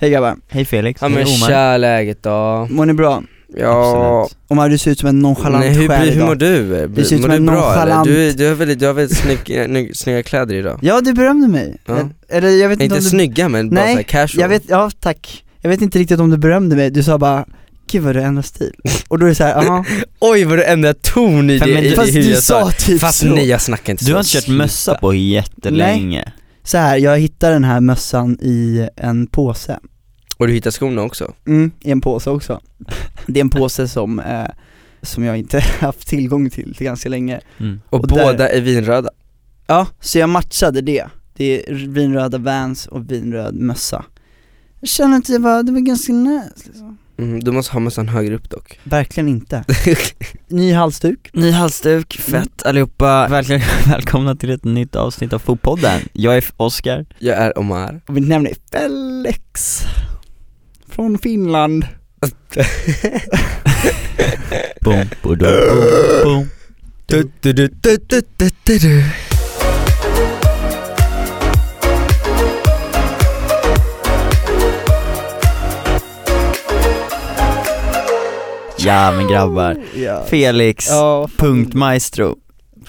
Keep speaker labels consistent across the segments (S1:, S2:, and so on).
S1: Hej grabbar,
S2: Hej Felix,
S3: Ja
S2: Hej,
S3: men
S2: Omar.
S3: tja läget då?
S1: mår ni bra?
S3: Ja,
S2: Absolut.
S1: Omar du ser ut som en nonchalant
S3: Nej, hur,
S1: själ
S3: hur
S1: idag
S3: mår du?
S1: Det ser ut som
S3: mår du
S1: en
S3: bra eller?
S1: nonchalant-
S3: Du, du har väldigt, du har väldigt snygg, ny- snygga kläder idag
S1: Ja du berömde mig,
S3: Ja.
S1: Jag- eller jag vet
S3: Inte
S1: inte om du,
S3: snygga men bara
S1: Nej,
S3: såhär casual
S1: jag vet, ja tack Jag vet inte riktigt om du berömde mig, du sa bara 'Gud vad du ändrar stil' och då är det såhär, jaha
S3: Oj vad du ändrar ton i
S2: Fan,
S3: det,
S2: men
S3: i,
S2: du-
S3: i
S1: Fast
S3: hur
S1: du
S3: jag
S1: sa
S3: sa
S1: typ
S3: Fast
S1: så
S3: nej jag snackar inte
S2: Du har inte
S3: så.
S2: kört mössa på jättelänge
S1: Så här, jag hittade den här mössan i en påse
S3: Och du hittar skorna också
S1: Mm, i en påse också Det är en påse som, eh, som jag inte haft tillgång till, till ganska länge
S2: mm.
S3: Och,
S1: Och där-
S3: båda är vinröda
S1: Ja, så jag matchade det. Det är vinröda Vans och vinröd mössa. Jag känner att det var, det var ganska nice liksom.
S3: mm, Du måste ha mössan högre upp dock
S1: Verkligen inte. Ny halsduk.
S2: Ny halsduk, fett allihopa, verkligen välkomna till ett nytt avsnitt av Fotpodden Jag är Oskar,
S3: Jag är Omar
S1: Och mitt namn är Felix. Från Finland.
S2: boom, boom, boom, boom.
S3: du, du, du, du, du, du, du, du.
S2: Ja men grabbar,
S1: Ja.
S2: Felix,
S1: Ja, fan.
S2: punkt maestro,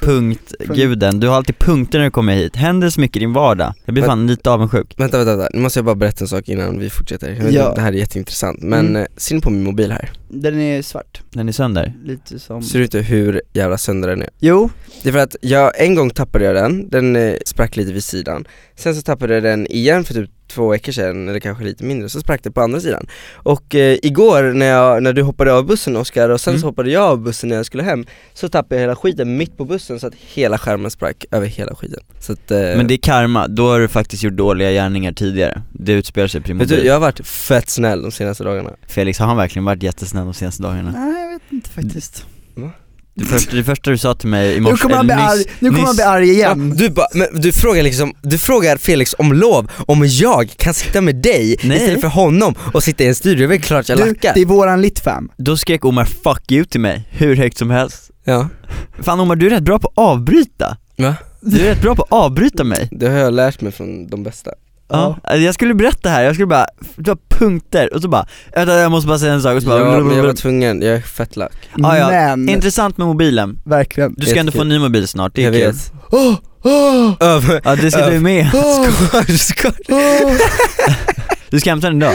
S2: punkt guden, du har alltid punkter när du kommer hit, händer så mycket i din vardag, jag blir fan lite avundsjuk
S3: Vänta, vänta, vänta, nu måste jag bara berätta en sak innan vi fortsätter jag vet
S1: Ja.
S3: att Det här är jätteintressant, men
S1: Mm.
S3: mm. ser ni på min mobil här?
S1: Den är svart.
S2: Den är sönder,
S1: Lite som...
S3: Ser du inte hur jävla sönder den är?
S1: Jo,
S3: Det är för att jag, en gång tappade jag den, den eh, sprack lite vid sidan Sen så tappade jag den igen för typ två veckor sedan, eller kanske lite mindre, så sprack det på andra sidan Och eh, igår när, jag, när du hoppade av bussen Oskar, och sen
S2: Mm.
S3: så hoppade jag av bussen när jag skulle hem Så tappade jag hela skiten mitt på bussen så att hela skärmen sprack över hela skiten Så att, eh,
S2: men det är karma, då har du faktiskt gjort dåliga gärningar tidigare, det utspelar sig på din
S3: vet du,
S2: mobil
S3: jag har varit fett snäll de senaste dagarna
S2: Felix, har han verkligen varit jättesnäll de senaste dagarna?
S1: nej jag vet inte faktiskt.
S2: Det första, det första du sa till mig i morse,
S1: Nu kommer han bli
S2: eller
S1: arg,
S2: nyss,
S1: nu kommer han bli arg igen.
S3: Ja, du, ba, men du frågar liksom, du frågar Felix om lov, om jag kan sitta med dig
S2: Nej.
S3: istället för honom och sitta i en studio, det är väl klart jag
S1: Mm. Du,
S3: lackar
S1: det är våran litfam.
S2: Då skrek Omar 'fuck you' till mig, hur högt som helst
S3: Ja,
S2: Fan Omar, du är rätt bra på att avbryta
S3: Va?
S2: Du är rätt bra på att avbryta mig
S3: det har jag lärt mig från de bästa
S2: Ja, alltså, jag skulle berätta här, jag skulle bara, det var punkter, och så bara, vänta jag måste bara säga en sak, och så bara,
S3: Ja men jag var tvungen, jag är fett lack
S2: Ah, ja.
S1: Men,
S2: Intressant med mobilen,
S1: verkligen.
S2: du ska ändå få en ny mobil snart, det är
S3: Jag
S2: kul
S3: vet. Ah,
S1: Åh, åh,
S3: Över,
S2: Ja det ska du med,
S3: skar, skar
S1: åh.
S2: du ska hämta den idag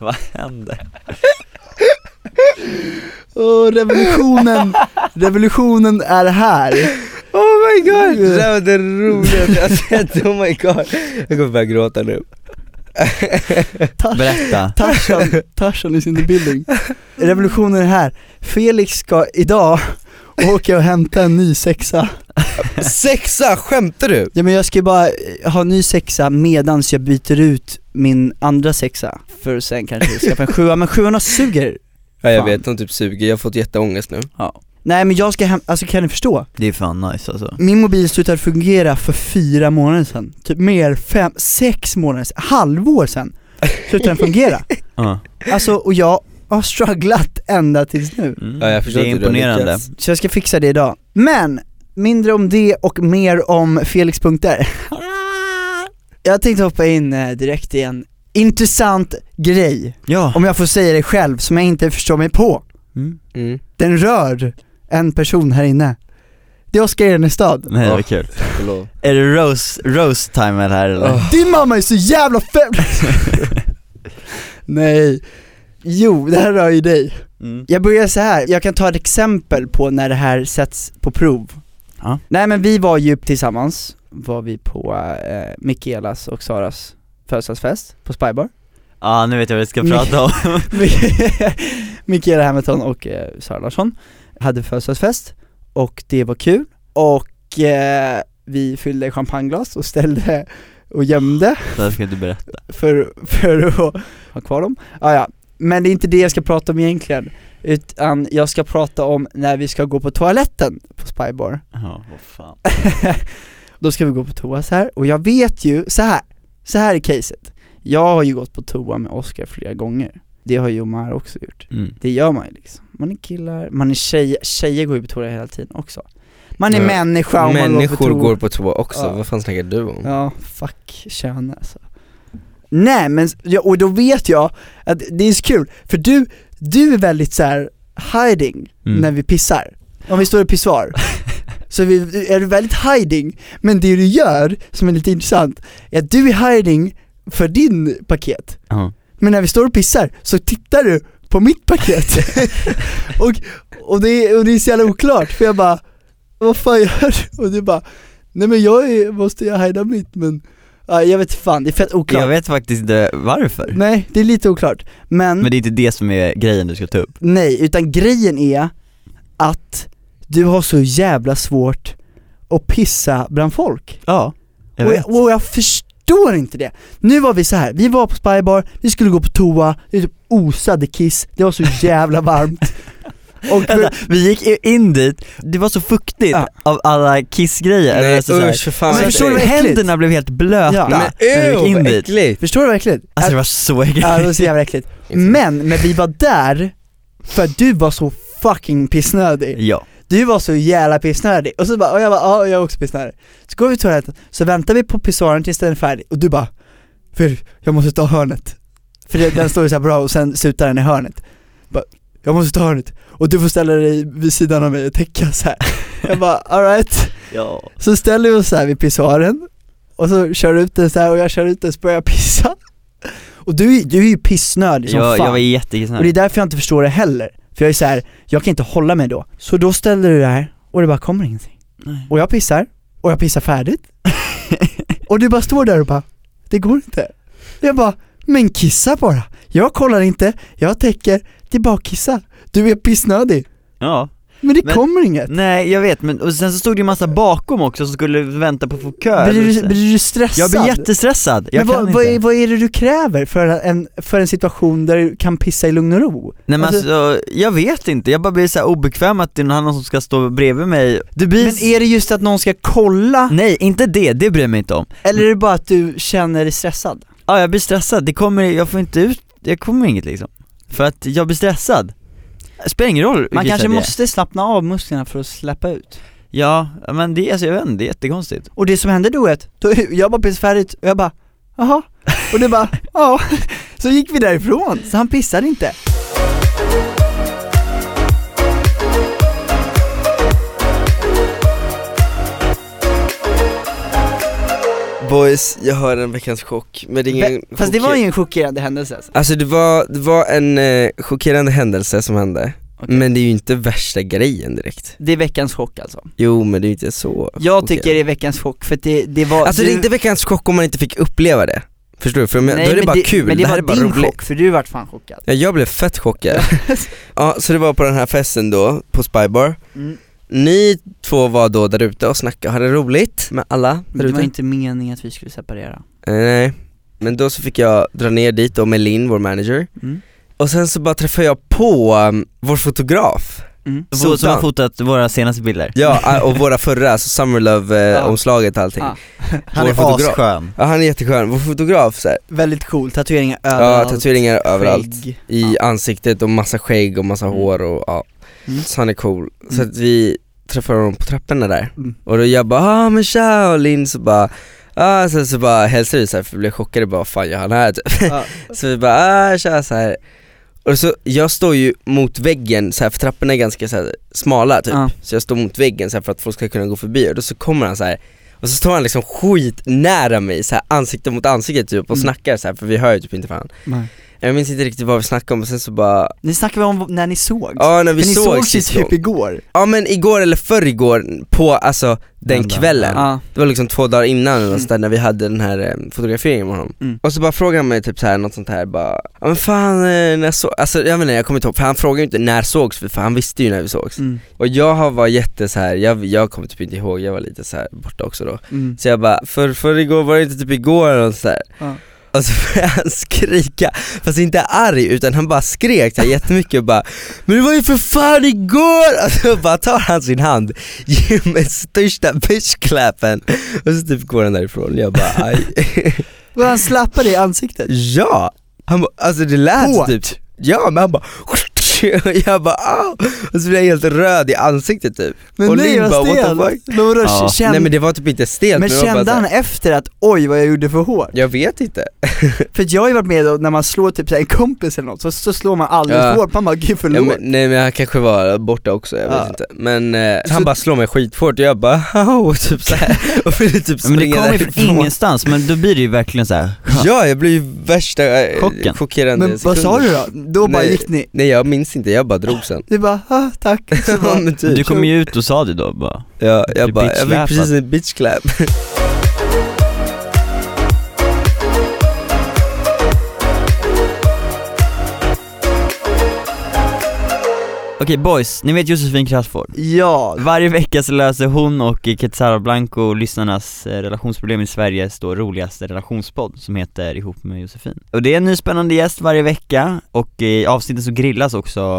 S2: Vad händer?
S1: Åh, revolutionen, revolutionen är här.
S3: Oh my god, det där var det roligaste jag sett, oh my god Jag kommer börja gråta nu
S2: Berätta
S1: Tarzan, Tarzan is in the building. Revolutionen är här. Felix ska idag åka och hämta en ny sexa.
S3: Sexa, skämtar du?
S1: Ja men jag ska ju bara eh, ha en ny sexa medans jag byter ut min andra sexa. För sen kanske skaffa en sjua, men sjuorna suger.
S3: Ja jag
S1: Fan.
S3: vet, de typ suger, jag har fått jätteångest nu
S1: Nej men jag ska hämta, alltså kan ni förstå?
S2: Det är fan nice alltså
S1: Min mobil slutade fungera för fyra månader sedan. Typ mer, fem, sex månader sedan, halvår sedan slutade den fungera.
S2: Ja,
S1: Alltså och jag har strugglat ända tills nu.
S2: mm.
S3: Ja, jag förstår
S2: Det är
S3: att du har
S2: imponerande
S3: lyckats.
S1: Så jag ska fixa det idag. Men, mindre om det och mer om Felix punkter. Jag tänkte hoppa in eh, direkt i en intressant grej,
S2: Ja,
S1: om jag får säga det själv, som jag inte förstår mig på.
S2: mm.
S3: mm.
S1: Den rör en person här inne. Det är Oskar Enestad.
S2: nej det var kul
S3: tack och lov
S2: Är det rose, rose time här eller?
S3: Åh.
S1: Din mamma är så jävla ful! Nej. Jo, det här rör ju dig.
S2: Mm.
S1: Jag börjar så här. jag kan ta ett exempel på när det här sätts på prov.
S2: Ja.
S1: Nej men vi var ju tillsammans, var vi på eh, Mikaelas och Saras födelsedagsfest på Spybar.
S2: Ja nu vet jag vad vi ska prata om
S1: Mikaela Hamilton och eh, Sara Larsson hade födelsedagsfest och det var kul och eh, vi fyllde champagneglas och ställde och gömde
S2: Det här ska du berätta
S1: för, för att ha kvar dem. Ah, ja. Men det är inte det jag ska prata om egentligen, utan jag ska prata om när vi ska gå på toaletten på Spybar.
S2: Ja, vad fan
S1: Då ska vi gå på toa så här och jag vet ju, så här, så här är caset. Jag har ju gått på toa med Oscar flera gånger. Det har ju Omar också gjort.
S2: mm.
S1: Det gör man ju liksom. Man är killar, man är tjejer, tjejer går ju på toa hela tiden också. Man är
S3: Ja.
S1: människa om man går på
S3: Människor
S1: toa.
S3: går på toa också,
S1: Ja.
S3: vad fan snackar du om?
S1: Ja, fuck kön alltså. Nej men, ja, och då vet jag att det är så kul, för du, du är väldigt så här hiding
S2: Mm.
S1: när vi pissar. Om vi står i pissoar, så är, vi, är du väldigt hiding, men det du gör, som är lite intressant, är att du är hiding för din paket.
S2: Ja.
S1: Men när vi står och pissar så tittar du på mitt paket. och, och, det är, och det är så jävla oklart, för jag bara, vad fan gör du? Och du bara, nej men jag är, måste jag hajda mitt men, ja, jag vet fan, det är fett oklart.
S2: Jag vet faktiskt inte varför.
S1: Nej, det är lite oklart. Men,
S2: Men det är inte det som är grejen du ska ta upp.
S1: nej, utan grejen är att du har så jävla svårt att pissa bland folk.
S2: Ja, jag
S1: och,
S2: vet.
S1: jag, och jag förstår inte det. Nu var vi så här. vi var på Spybar, vi skulle gå på toa, det typ osade kiss, det var så jävla varmt. Och
S2: Vänta, vi gick ju in dit, det var så fuktigt
S1: Ja.
S2: av alla kissgrejer.
S3: Nej
S2: alltså, så här.
S3: usch, för fan
S1: Men
S3: vad
S1: Men förstår du
S3: äckligt.
S1: vad äckligt?
S2: Händerna blev helt blöta
S1: Ja.
S3: Men
S2: när vi gick
S3: ew,
S2: in
S3: vad
S2: dit.
S3: äckligt!
S1: förstår du verkligen?
S2: Alltså det var så äckligt.
S1: Ja det var så jävla äckligt. Men, men vi var där för att du var så fucking pissnödig.
S2: Ja.
S1: Du var så jävla pissnödig. Och så bara, och jag bara, ja jag är också pissnödig. Så går vi till toaletten, så väntar vi på pissoaren tills den är färdig och du bara, för jag måste ta hörnet. För det, den står ju så här bra och sen slutar den i hörnet. Bara, jag måste ta hörnet. Och du får ställa dig vid sidan av mig och täcka så här. Jag bara, alright.
S2: ja.
S1: Så ställer vi oss så här vid pissoaren och så kör ut den så här och jag kör ut den så börjar jag pissa. Och du, är- du är ju pissnödig som
S2: Jag,
S1: fan.
S2: jag var
S1: Och det är
S2: jättekissnödig.
S1: därför jag inte förstår det heller. För jag är så här, jag kan inte hålla mig då. Så då ställer du det här och det bara kommer ingenting.
S2: Nej.
S1: Och jag pissar, och jag pissar färdigt. och du bara står där och bara, det går inte. Jag bara, men kissa bara. Jag kollar inte, jag täcker, det är bara att kissa. Du är pissnödig.
S2: Ja.
S1: Men det
S2: Men-
S1: kommer inget.
S2: Nej jag vet men, och sen så stod det ju massa bakom också som skulle vänta på att få kö.
S1: Blir du, blir du stressad?
S2: jag blir jättestressad, jag
S1: men
S2: kan
S1: vad,
S2: inte.
S1: vad, är, vad är det du kräver för en, för en situation där du kan pissa i lugn och ro?
S2: Nej men
S1: Alltså-
S2: alltså, jag vet inte, jag bara blir så här obekväm att det är någon annan som ska stå bredvid mig. Det blir...
S1: Men är det just att någon ska kolla,
S2: Nej, inte det, det bryr jag mig inte om.
S1: eller är det bara att du känner dig stressad?
S2: Ja, jag blir stressad, det kommer, jag får inte ut, jag kommer inget liksom. För att jag blir stressad. Spelar ingen roll
S1: Man
S2: vilket
S1: kanske
S2: ställe det är.
S1: måste slappna av musklerna för att släppa ut.
S2: Ja, men det, alltså, jag vet inte, det är jättekonstigt.
S1: Och det som hände då är att, då, jag bara pissade färdigt och jag bara, jaha? Och du bara, ja. Så gick vi därifrån, så han pissade inte.
S3: Boys, jag har en veckans chock, men det är ingen
S1: Fast det
S3: chock-
S1: var ju en chockerande händelse alltså.
S3: Alltså det var, det var en eh, chockerande händelse som hände,
S1: Okej.
S3: men det är ju inte värsta grejen direkt
S1: Det är veckans chock alltså.
S3: Jo men det är ju inte så
S1: Jag
S3: chockerande.
S1: tycker det är veckans chock för att det, det var...
S3: Alltså det är inte veckans chock om man inte fick uppleva det, förstår du? För om jag, då är det
S1: men
S3: bara kul,
S1: Men det,
S3: här
S1: var
S3: är bara
S1: din
S3: roligt
S1: chock, för du vart fan chockad.
S3: Ja, jag blev fett chockad. ja, så det var på den här festen då, på Spybar.
S1: Mm.
S3: Ni två var då där ute och snackade och hade roligt med alla där
S1: Det var
S3: ute.
S1: inte meningen att vi skulle separera.
S3: Eh, Nej. Men då så fick jag dra ner dit då med Linn, vår manager.
S1: Mm.
S3: Och sen så bara träffade jag på um, vår fotograf.
S1: Mm.
S2: Så, som
S3: Sotan.
S2: har fotat våra senaste bilder.
S3: Ja, eh, och våra förra, alltså Summer
S1: Ja.
S3: Love-omslaget och allting.
S1: Ah.
S2: Han
S3: Vår
S2: är
S3: fotograf.
S2: asskön.
S3: Ja, han är jätteskön. Vår fotograf så här.
S1: Väldigt cool, tatueringar
S3: Ja,
S1: överallt.
S3: tatueringar överallt.
S1: skägg.
S3: I ansiktet och massa skägg och massa
S2: Mm.
S3: hår och ja.
S1: Mm.
S3: Så han är cool. Så
S1: Mm.
S3: att vi träffade honom på trapporna där.
S1: Mm.
S3: Och då jag bara ah men tja och Linn så bara ah sen så bara hälsade vi såhär för vi blev chockade bara vad fan gör han här typ.
S1: Ja.
S3: Så vi bara ah tja så här. Och så, jag står ju mot väggen så här, för trapporna är ganska så här, smala typ.
S1: Ja.
S3: Så jag står mot väggen så här, för att folk ska kunna gå förbi och då så kommer han så här. Och så står han liksom skit nära mig så här, ansikte mot ansikte typ och
S1: Mm.
S3: snackar så här, för vi hör ju typ inte varandra.
S1: Nej.
S3: Jag minns inte riktigt vad vi snackade om och sen så bara,
S1: Ni snackar väl om när ni såg?
S3: ja när vi
S1: För ni
S3: såg
S1: såg ju
S3: sist gång.
S1: typ igår.
S3: Ja men igår eller förr igår på alltså den
S2: Den dagen,
S3: kvällen,
S1: Ja.
S3: det var liksom två dagar innan eller något
S1: Mm.
S3: sånt där, när vi hade den här eh, fotograferingen med honom
S1: Mm.
S3: Och så bara frågade han mig typ så här något sånt här bara, ja men fan eh, när jag såg, alltså jag vet inte jag kommer inte ihåg, för han frågade ju inte när sågs vi för han visste ju när vi sågs
S1: Mm.
S3: Och jag har var jätte så här, jag, jag kommer typ inte ihåg, jag var lite så här borta också då
S1: Mm.
S3: Så jag bara, för, för igår var det inte typ igår eller något sånt där
S1: Ja.
S3: och så började han skrika, fast inte arg utan han bara skrek så här jättemycket och bara Men det var ju för fan igår! Och så bara tar han sin hand, ger mig största bitchklappen och så typ går han därifrån jag bara aj
S1: Och han slappade i ansiktet.
S3: Ja! Han bara, alltså det lät
S1: Hårt.
S3: typ Ja men han bara och jag bara Au! Och så blev jag helt röd i ansiktet typ.
S1: Men
S3: och
S1: nej
S3: Linn
S1: jag
S3: bara, "What the
S1: stel!
S3: fuck?"
S1: Men vadå,
S2: Ja.
S1: känd,
S3: Nej men det var typ inte stelt
S1: men
S3: det var bara
S1: kände
S3: så här,
S1: han efter att oj vad jag gjorde för hårt?
S3: Jag vet inte.
S1: För att jag har ju varit med då, när man slår typ så här en kompis eller något, så, så slår man alldeles
S3: Ja.
S1: hårt, man bara gud
S3: Ja,
S1: förlåt
S3: men, nej men han kanske var borta också, jag
S1: Ja.
S3: vet inte. Men eh,
S1: Så-
S3: han bara slår mig skithårt och jag bara Au! typ så här. och ville typ
S2: Men det
S3: springa
S2: kommer ju från
S3: därifrån.
S2: ingenstans, men då blir det ju verkligen så här.
S3: Ja jag blev ju värsta eh,
S2: Chocken.
S3: chockerande
S1: Men vad sa
S3: sekunder.
S1: du då? Då bara
S3: Nej.
S1: gick ni,
S3: Nej jag minns inte, jag bara drog sen.
S1: du bara ah, tack, så bara,
S3: Ja, men typ.
S2: Du kom ju ut och sa det då bara
S3: Ja,
S2: Du
S3: jag bara, jag
S2: bitch-slappad.
S3: fick precis en bitch clap.
S2: Okej boys, ni vet Josefin Crafoord
S1: ja,
S2: Varje vecka så löser hon och Quetzara Blanco lyssnarnas eh, relationsproblem i Sveriges då roligaste relationspodd som heter Ihop med Josefin Och det är en ny spännande gäst varje vecka och i avsnitten så grillas också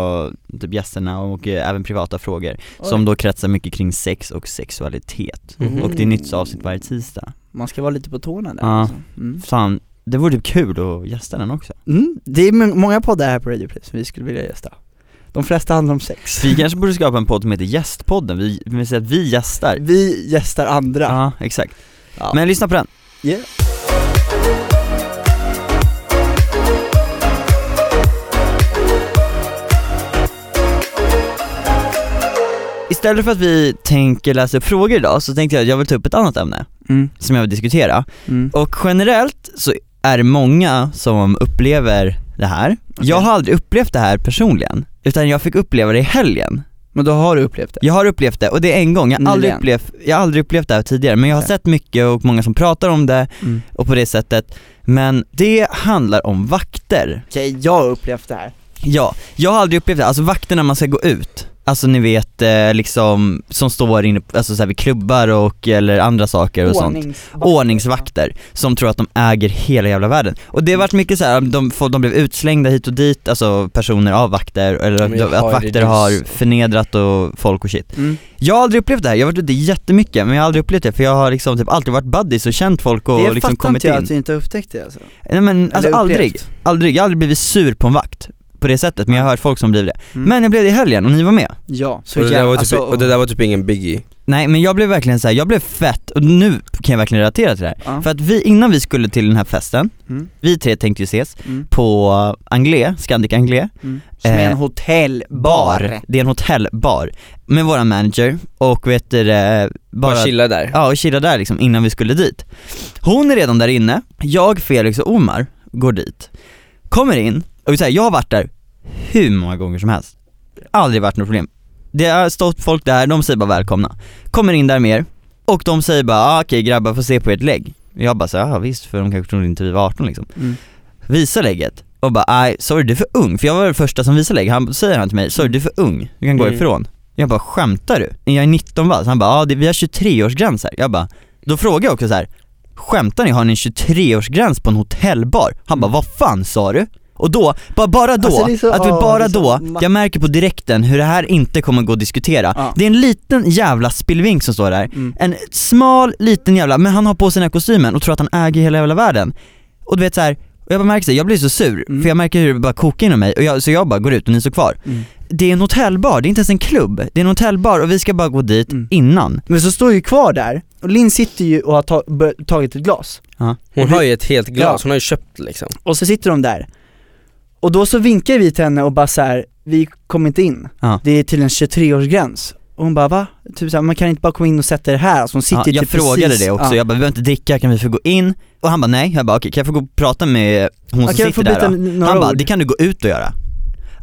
S2: typ gästerna och eh, även privata frågor Som då kretsar mycket kring sex och sexualitet
S3: Mhm.
S2: Och det är nytt avsnitt varje tisdag
S1: man ska vara lite på tårna där
S2: Ja.
S1: alltså. mm.
S2: Fan, det vore typ kul att gästa den också
S1: Mm. Det är må- många poddar här på Radio Play som vi skulle vilja gästa De flesta handlar om sex
S2: Vi kanske borde skapa en podd som heter Gästpodden, vi, vi säger att vi gästar
S1: Vi gästar andra
S2: Ja, exakt.
S1: Ja.
S2: Men lyssna på den.
S1: Yeah.
S2: Istället för att vi tänker läsa upp frågor idag så tänkte jag att jag vill ta upp ett annat ämne
S1: Mm.
S2: som jag vill diskutera.
S1: Mm.
S2: Och generellt så är det många som upplever det här. Jag har aldrig upplevt det här personligen, utan jag fick uppleva det i helgen.
S1: Men då har du upplevt det?
S2: Jag har upplevt det, och det är en gång, jag har, aldrig
S1: Nyligen.
S2: upplevt, jag har aldrig upplevt det här tidigare, men jag har
S1: Okej.
S2: sett mycket och många som pratar om det
S1: Mm.
S2: och på det sättet. Men det handlar om vakter.
S1: Okej, jag har upplevt det här
S2: Ja, jag har aldrig upplevt det, alltså vakter när man ska gå ut Alltså ni vet eh, liksom, som står inne alltså, så här, vid klubbar och eller andra saker och sånt Ordningsvakter, som tror att de äger hela jävla världen. Och det har varit mycket så här, de, får- de blev utslängda hit och dit, alltså personer av vakter, eller
S3: Ja, men jag
S2: att
S3: har det
S2: vakter
S3: just-
S2: har förnedrat och folk och shit
S1: Mm.
S2: Jag har aldrig upplevt det här, jag har varit ute jättemycket men jag har aldrig upplevt det för jag har liksom typ alltid varit buddies och känt folk och
S1: Det
S2: liksom
S1: fattar
S2: kommit
S1: inte
S2: in
S1: jag att du inte upptäckte alltså
S2: Nej men alltså
S1: Eller upplevt.
S2: aldrig, aldrig, jag har aldrig blivit sur på en vakt på det sättet, men jag har hört folk som blir det.
S1: Mm.
S2: Men jag blev det i helgen och ni var med.
S1: Ja,
S3: Och det, där
S1: jävla-
S3: var typ,
S1: alltså,
S3: och det där var typ ingen biggie.
S2: Nej men jag blev verkligen så här, jag blev fett, och nu kan jag verkligen relatera till det här.
S1: Ja.
S2: För att vi, innan vi skulle till den här festen,
S1: Mm.
S2: vi tre tänkte ju ses
S1: Mm.
S2: på Anglais, Scandic Anglais
S1: Mm. Som är en
S2: Eh, Mm.
S1: hotellbar
S2: Det är en hotellbar, med våran manager och vet du det,
S3: Bara,
S2: bara
S3: chilla där.
S2: Ja och chilla där liksom innan vi skulle dit. Hon är redan där inne, jag, Felix och Omar går dit. Kommer in, och så här, jag har varit där hur många gånger som helst. Aldrig varit något problem. Det har stått folk där, de säger bara välkomna. Kommer in där med er, och de säger bara ah, okej grabbar får se på ert lägg. Jag bara såhär, ja visst för de kanske trodde inte vi var 18 liksom.
S1: Mm.
S2: Visa lägget, och bara nej sorry du är för ung, för jag var den första som visade lägg. Han säger han till mig, sorry du är för ung, du kan gå
S3: Mm.
S2: ifrån. Jag bara skämtar du? Jag är 19 va? Så han bara ja det- vi har 23-årsgräns här. Jag bara, då frågar jag också så här. Skämtar ni? Har ni en 23-årsgräns på en hotellbar? Han bara vad fan sa du? Och då, bara, bara då,
S1: Mm. Alltså, det är så-
S2: att vi
S1: ja, det
S2: bara
S1: är så
S2: då,
S1: ma-
S2: jag märker på direkten hur det här inte kommer gå att diskutera.
S1: Ja.
S2: Det är en liten jävla spillvink som står där.
S1: Mm.
S2: En smal liten jävla, men han har på sig den här kostymen och tror att han äger hela jävla världen. Och du vet så här, och jag bara märker så här, jag blir så sur,
S1: Mm.
S2: för jag märker hur det bara kokar inom mig, och jag, så jag bara går ut och ni står kvar.
S1: Mm.
S2: Det är en hotellbar, det är inte ens en klubb. Det är en hotellbar och vi ska bara gå dit
S1: Mm.
S2: innan.
S1: Men så står jag ju kvar där, och Linn sitter ju och har ta- bör- tagit ett glas
S3: Hon
S1: Och det-
S3: har ju ett helt glas,
S1: Ja.
S3: hon har ju köpt liksom.
S1: Och så sitter de där, och då så vinkar vi till henne och bara så här, vi kommer inte in
S2: Ja.
S1: Det är till en 23-årsgräns, och hon bara va? Typ så här, man kan inte bara komma in och sätta er här, alltså hon sitter
S2: Ja,
S1: ju
S2: jag
S1: typ
S2: frågade
S1: precis,
S2: det också,
S1: ja.
S2: jag bara vi behöver inte dricka, kan vi få gå in? Och han bara nej, jag bara okej kan jag få gå och prata med hon som
S1: Okej, jag
S2: sitter
S1: får
S2: där
S1: byta
S2: då?
S1: n- några
S2: Han bara
S1: ord.
S2: det kan du gå ut och göra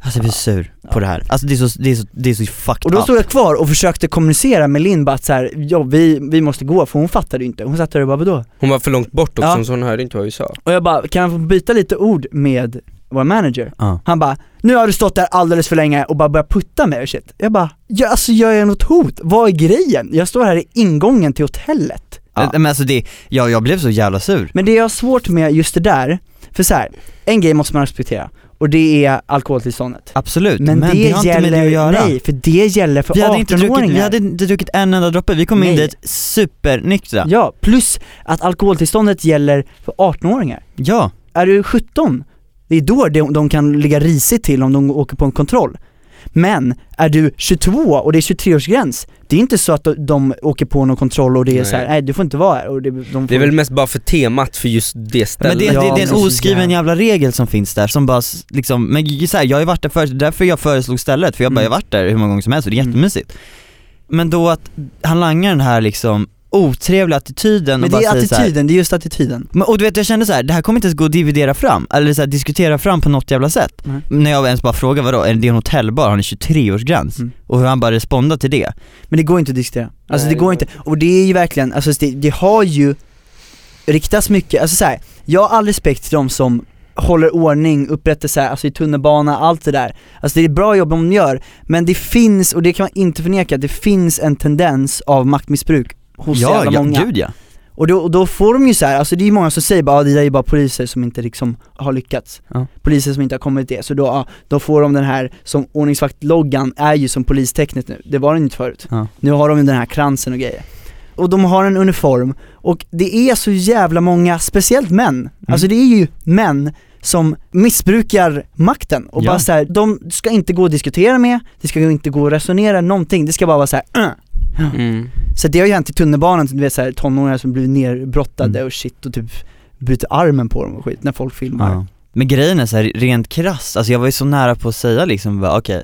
S2: Alltså jag blir sur på det här, alltså det är så, det är så, det är så fucked
S1: Och då
S2: up
S1: stod jag kvar och försökte kommunicera med Linn bara att så här, ja vi, vi måste gå för hon fattade ju inte, hon satt där och bara vadå?
S3: Hon var för långt bort också
S1: Ja.
S3: så hon hörde inte vad vi sa.
S1: Och jag bara, kan jag få byta lite ord med vår manager?
S2: ja.
S1: Han bara, nu har du stått där alldeles för länge och bara börjat putta mig och shit. Jag bara, ja, alltså gör jag något hot? Vad är grejen? Jag står här i ingången till hotellet. Eh,
S2: Ja. Men alltså det, ja, jag blev så jävla sur
S1: Men det jag har svårt med just det där, för så här, en grej måste man respektera och det är alkoholtillståndet.
S2: Absolut,
S1: Men, det,
S2: det har inte med det
S1: gäller,
S2: att göra
S1: nej för det gäller för
S2: vi hade, inte druckit,
S1: 18-åringar.
S2: vi hade inte druckit en enda droppe, vi kom in
S1: Nej.
S2: dit supernyktra
S1: Ja, plus att alkoholtillståndet gäller för 18-åringar.
S2: Ja,
S1: Är du 17, det är då de, de kan ligga risigt till om de åker på en kontroll. Men är du 22 och det är 23-årsgräns, det är inte så att de, de åker på någon kontroll och det är
S3: Nej.
S1: så här, nej du får inte vara här och det, de får
S3: Det är väl mest bara för temat för just det
S2: Men
S3: stället.
S2: det,
S1: Ja,
S2: det, det är en
S1: precis,
S2: oskriven
S1: ja.
S2: jävla regel som finns där som bara s- liksom, men så här, jag har ju varit där förut, det är därför jag föreslog stället, för jag bara,
S1: Mm.
S2: jag har varit där hur många gånger som helst och det är
S1: Mm.
S2: jättemysigt Men då att han langar den här liksom otrevliga attityden
S1: Men
S2: och
S1: det
S2: bara
S1: är
S2: säger så här,
S1: attityden, det är just attityden.
S2: men, och du vet jag kände så här, det här kommer inte ens gå att dividera fram, eller så här, diskutera fram på något jävla sätt
S1: Nej.
S2: När jag ens bara frågar vadå, är det en hotellbar, har ni 23-årsgräns?
S1: Mm.
S2: Och hur han bara respondar till det
S1: Men det går inte att diskutera. Alltså
S3: Nej,
S1: det går
S3: det
S1: inte, och det är ju verkligen, alltså det, det har ju riktats mycket, alltså så här, jag har all respekt till de som håller ordning, upprättelse, alltså i tunnelbana, allt det där. Alltså det är ett bra jobb de gör, men det finns, och det kan man inte förneka, det finns en tendens av maktmissbruk hos
S2: Ja,
S1: jävla
S2: ja
S1: många.
S2: gud ja
S1: Och då, och då får de ju så här, alltså det är ju många som säger bara ah, det där är ju bara poliser som inte liksom har lyckats
S2: Ja.
S1: Poliser som inte har kommit det, så då, ah, då får de den här, som ordningsvaktloggan är ju som polistecknet nu, det var den inte förut
S2: Ja.
S1: Nu har de ju den här kransen och grejer Och de har en uniform, och det är så jävla många, speciellt män,
S2: Mm.
S1: alltså det är ju män som missbrukar makten och
S2: Ja.
S1: bara så här, de ska inte gå att diskutera med, det ska inte gå att resonera någonting, det ska bara vara så här. "Äh,
S3: Mm.
S1: så det har ju hänt i tunnelbanan, du vet såhär tonåringar som blir nerbrottade
S2: Mm.
S1: och shit och typ bryter armen på dem och skit när folk filmar.
S2: Ja. Men grejen är så här, rent krasst, alltså jag var ju så nära på att säga liksom, bara, okej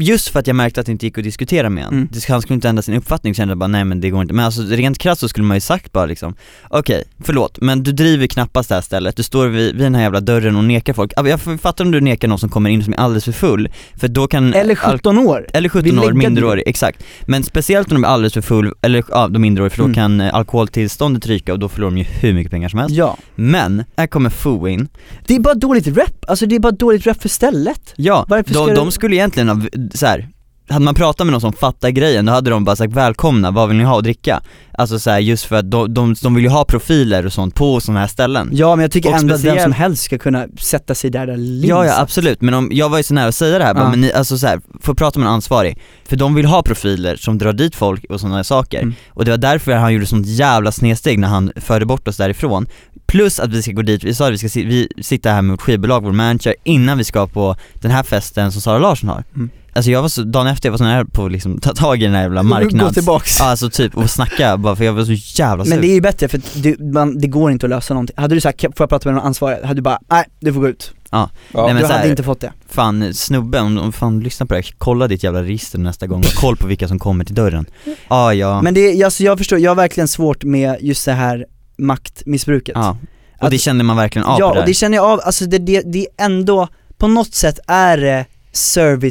S2: Just för att jag märkte att det inte gick att diskutera med honom,
S1: Mm.
S2: Det- han skulle inte ändra sin uppfattning, kände jag bara nej men det går inte, men alltså rent krasst så skulle man ju sagt bara liksom Okej, förlåt, men du driver knappast det här stället, du står vid, vid den här jävla dörren och nekar folk, Ja, jag fattar om du nekar någon som kommer in som är alldeles för full, för då kan
S1: Eller
S2: al-
S1: 17 år!
S2: eller
S1: Vi
S2: 17
S1: lägger
S2: år,
S1: den.
S2: minderårig, exakt. Men speciellt om de är alldeles för full, eller ja, de är minderåriga för då
S1: Mm.
S2: kan eh, alkoholtillståndet ryka och då förlorar de ju hur mycket pengar som helst.
S1: Ja.
S2: Men, här kommer Foo in,
S1: Det är bara dåligt rep, alltså det är bara dåligt rep för stället.
S2: Ja,
S1: Varför ska
S2: de,
S1: det-
S2: de skulle egentligen ha, v- så här. Hade man pratat med någon som fattar grejen, då hade de bara sagt välkomna, vad vill ni ha att dricka? Alltså så här, just för att de, de, de vill ju ha profiler och sånt på sådana här ställen
S1: Ja men jag tycker
S2: Och
S1: ändå att vem
S2: speciellt-
S1: som helst ska kunna sätta sig där, där Linn
S2: Ja ja
S1: satt.
S2: absolut, men om, jag var ju så nära att säga det här, bara,
S1: Ja.
S2: men ni, alltså så här, får prata med en ansvarig, för de vill ha profiler som drar dit folk och sådana här saker
S1: Mm.
S2: Och det var därför han gjorde sånt jävla snedsteg när han förde bort oss därifrån Plus att vi ska gå dit, vi sa att vi ska si, vi sitta här med vårt skivbolag, vår manager, innan vi ska på den här festen som Sara Larsson har
S1: Mm.
S2: Alltså jag var så, dagen efter jag var så nära på att liksom ta tag i den här jävla
S1: Gå
S2: marknads...
S1: tillbaks.
S2: Ja, Alltså typ, och snacka bara för jag var så jävla sur
S1: men det är ju bättre för att du, man, det går inte att lösa någonting. Hade du sagt, "Kan- får jag prata med någon ansvarig? Hade du bara, nej du får gå ut.
S3: Ja.
S2: Nej, men
S1: du
S2: så
S1: hade
S2: här-
S1: inte fått det.
S2: Fan snubben, om- om fan lyssna på det här, kolla ditt jävla register nästa gång, ha koll på vilka som kommer till dörren ah, ja,
S1: Men det, är- alltså jag förstår, jag har verkligen svårt med just det här maktmissbruket.
S2: ja Och det
S1: Att-
S2: kände man verkligen av
S1: Ja,
S2: på det
S1: och det
S2: här.
S1: känner jag av, alltså det, det, det är ändå, på något sätt är det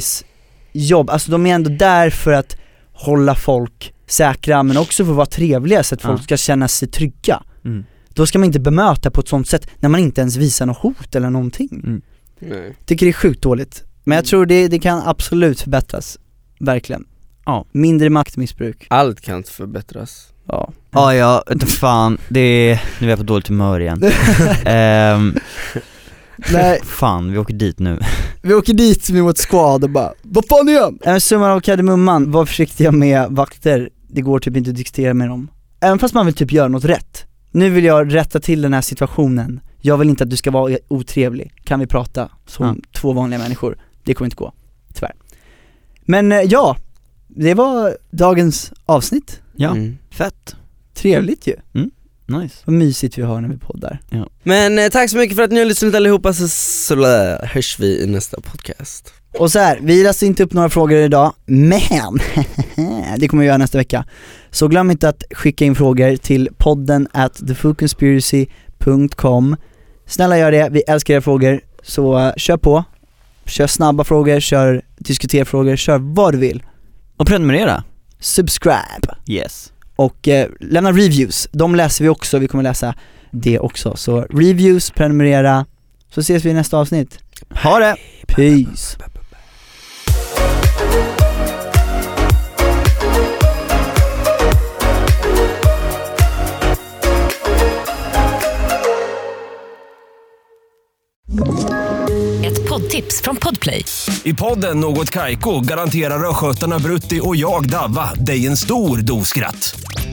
S1: servicejobb, alltså de är ändå där för att hålla folk säkra men också för att vara trevliga så att folk
S2: Ja.
S1: ska känna sig trygga.
S2: Mm.
S1: Då ska man inte bemöta på ett sånt sätt när man inte ens visar något hot eller någonting.
S3: Nej.
S1: Tycker det är sjukt dåligt. Men jag tror det, det kan absolut förbättras, verkligen.
S2: Ja.
S1: Mindre maktmissbruk.
S3: Allt kan inte förbättras.
S1: Ja.
S2: Ah, ja, inte fan, det är, nu är jag på dåligt humör igen ehm,
S1: Nej,
S2: Fan, vi åker dit nu
S1: vi åker dit med vårt squad och bara Vad fan är jag? Äh, summan av kardemumman, var försiktiga med vakter, det går typ inte att diskutera med dem. Även fast man vill typ göra något rätt. Nu vill jag rätta till den här situationen, jag vill inte att du ska vara otrevlig, kan vi prata som två vanliga människor? Det kommer inte gå, tyvärr. Men eh, ja, det var dagens avsnitt.
S2: Ja,
S3: Mm.
S2: fett,
S1: Trevligt ju.
S2: nice
S1: Vad mysigt vi har när vi poddar.
S3: Men eh, tack så mycket för att ni har lyssnat allihopa så, så hörs vi i nästa podcast.
S1: Och så här, vi läser inte upp några frågor idag, men det kommer vi göra nästa vecka. Så glöm inte att skicka in frågor till podden at thefoodconspiracy.com Snälla gör det, vi älskar era frågor, så eh, kör på. Kör snabba frågor, kör diskuterfrågor, kör vad du vill.
S2: Och prenumerera,
S1: Subscribe!
S2: yes
S1: Och eh, lämna reviews, de läser vi också, vi kommer läsa det också. Så reviews, prenumerera, så ses vi i nästa avsnitt.
S2: Ha det!
S1: Peace!
S4: Ett poddtips från Podplay.
S5: I podden Något Kaiko garanterar östgötarna Brutti och jag, Davva, dig en stor dos skratt.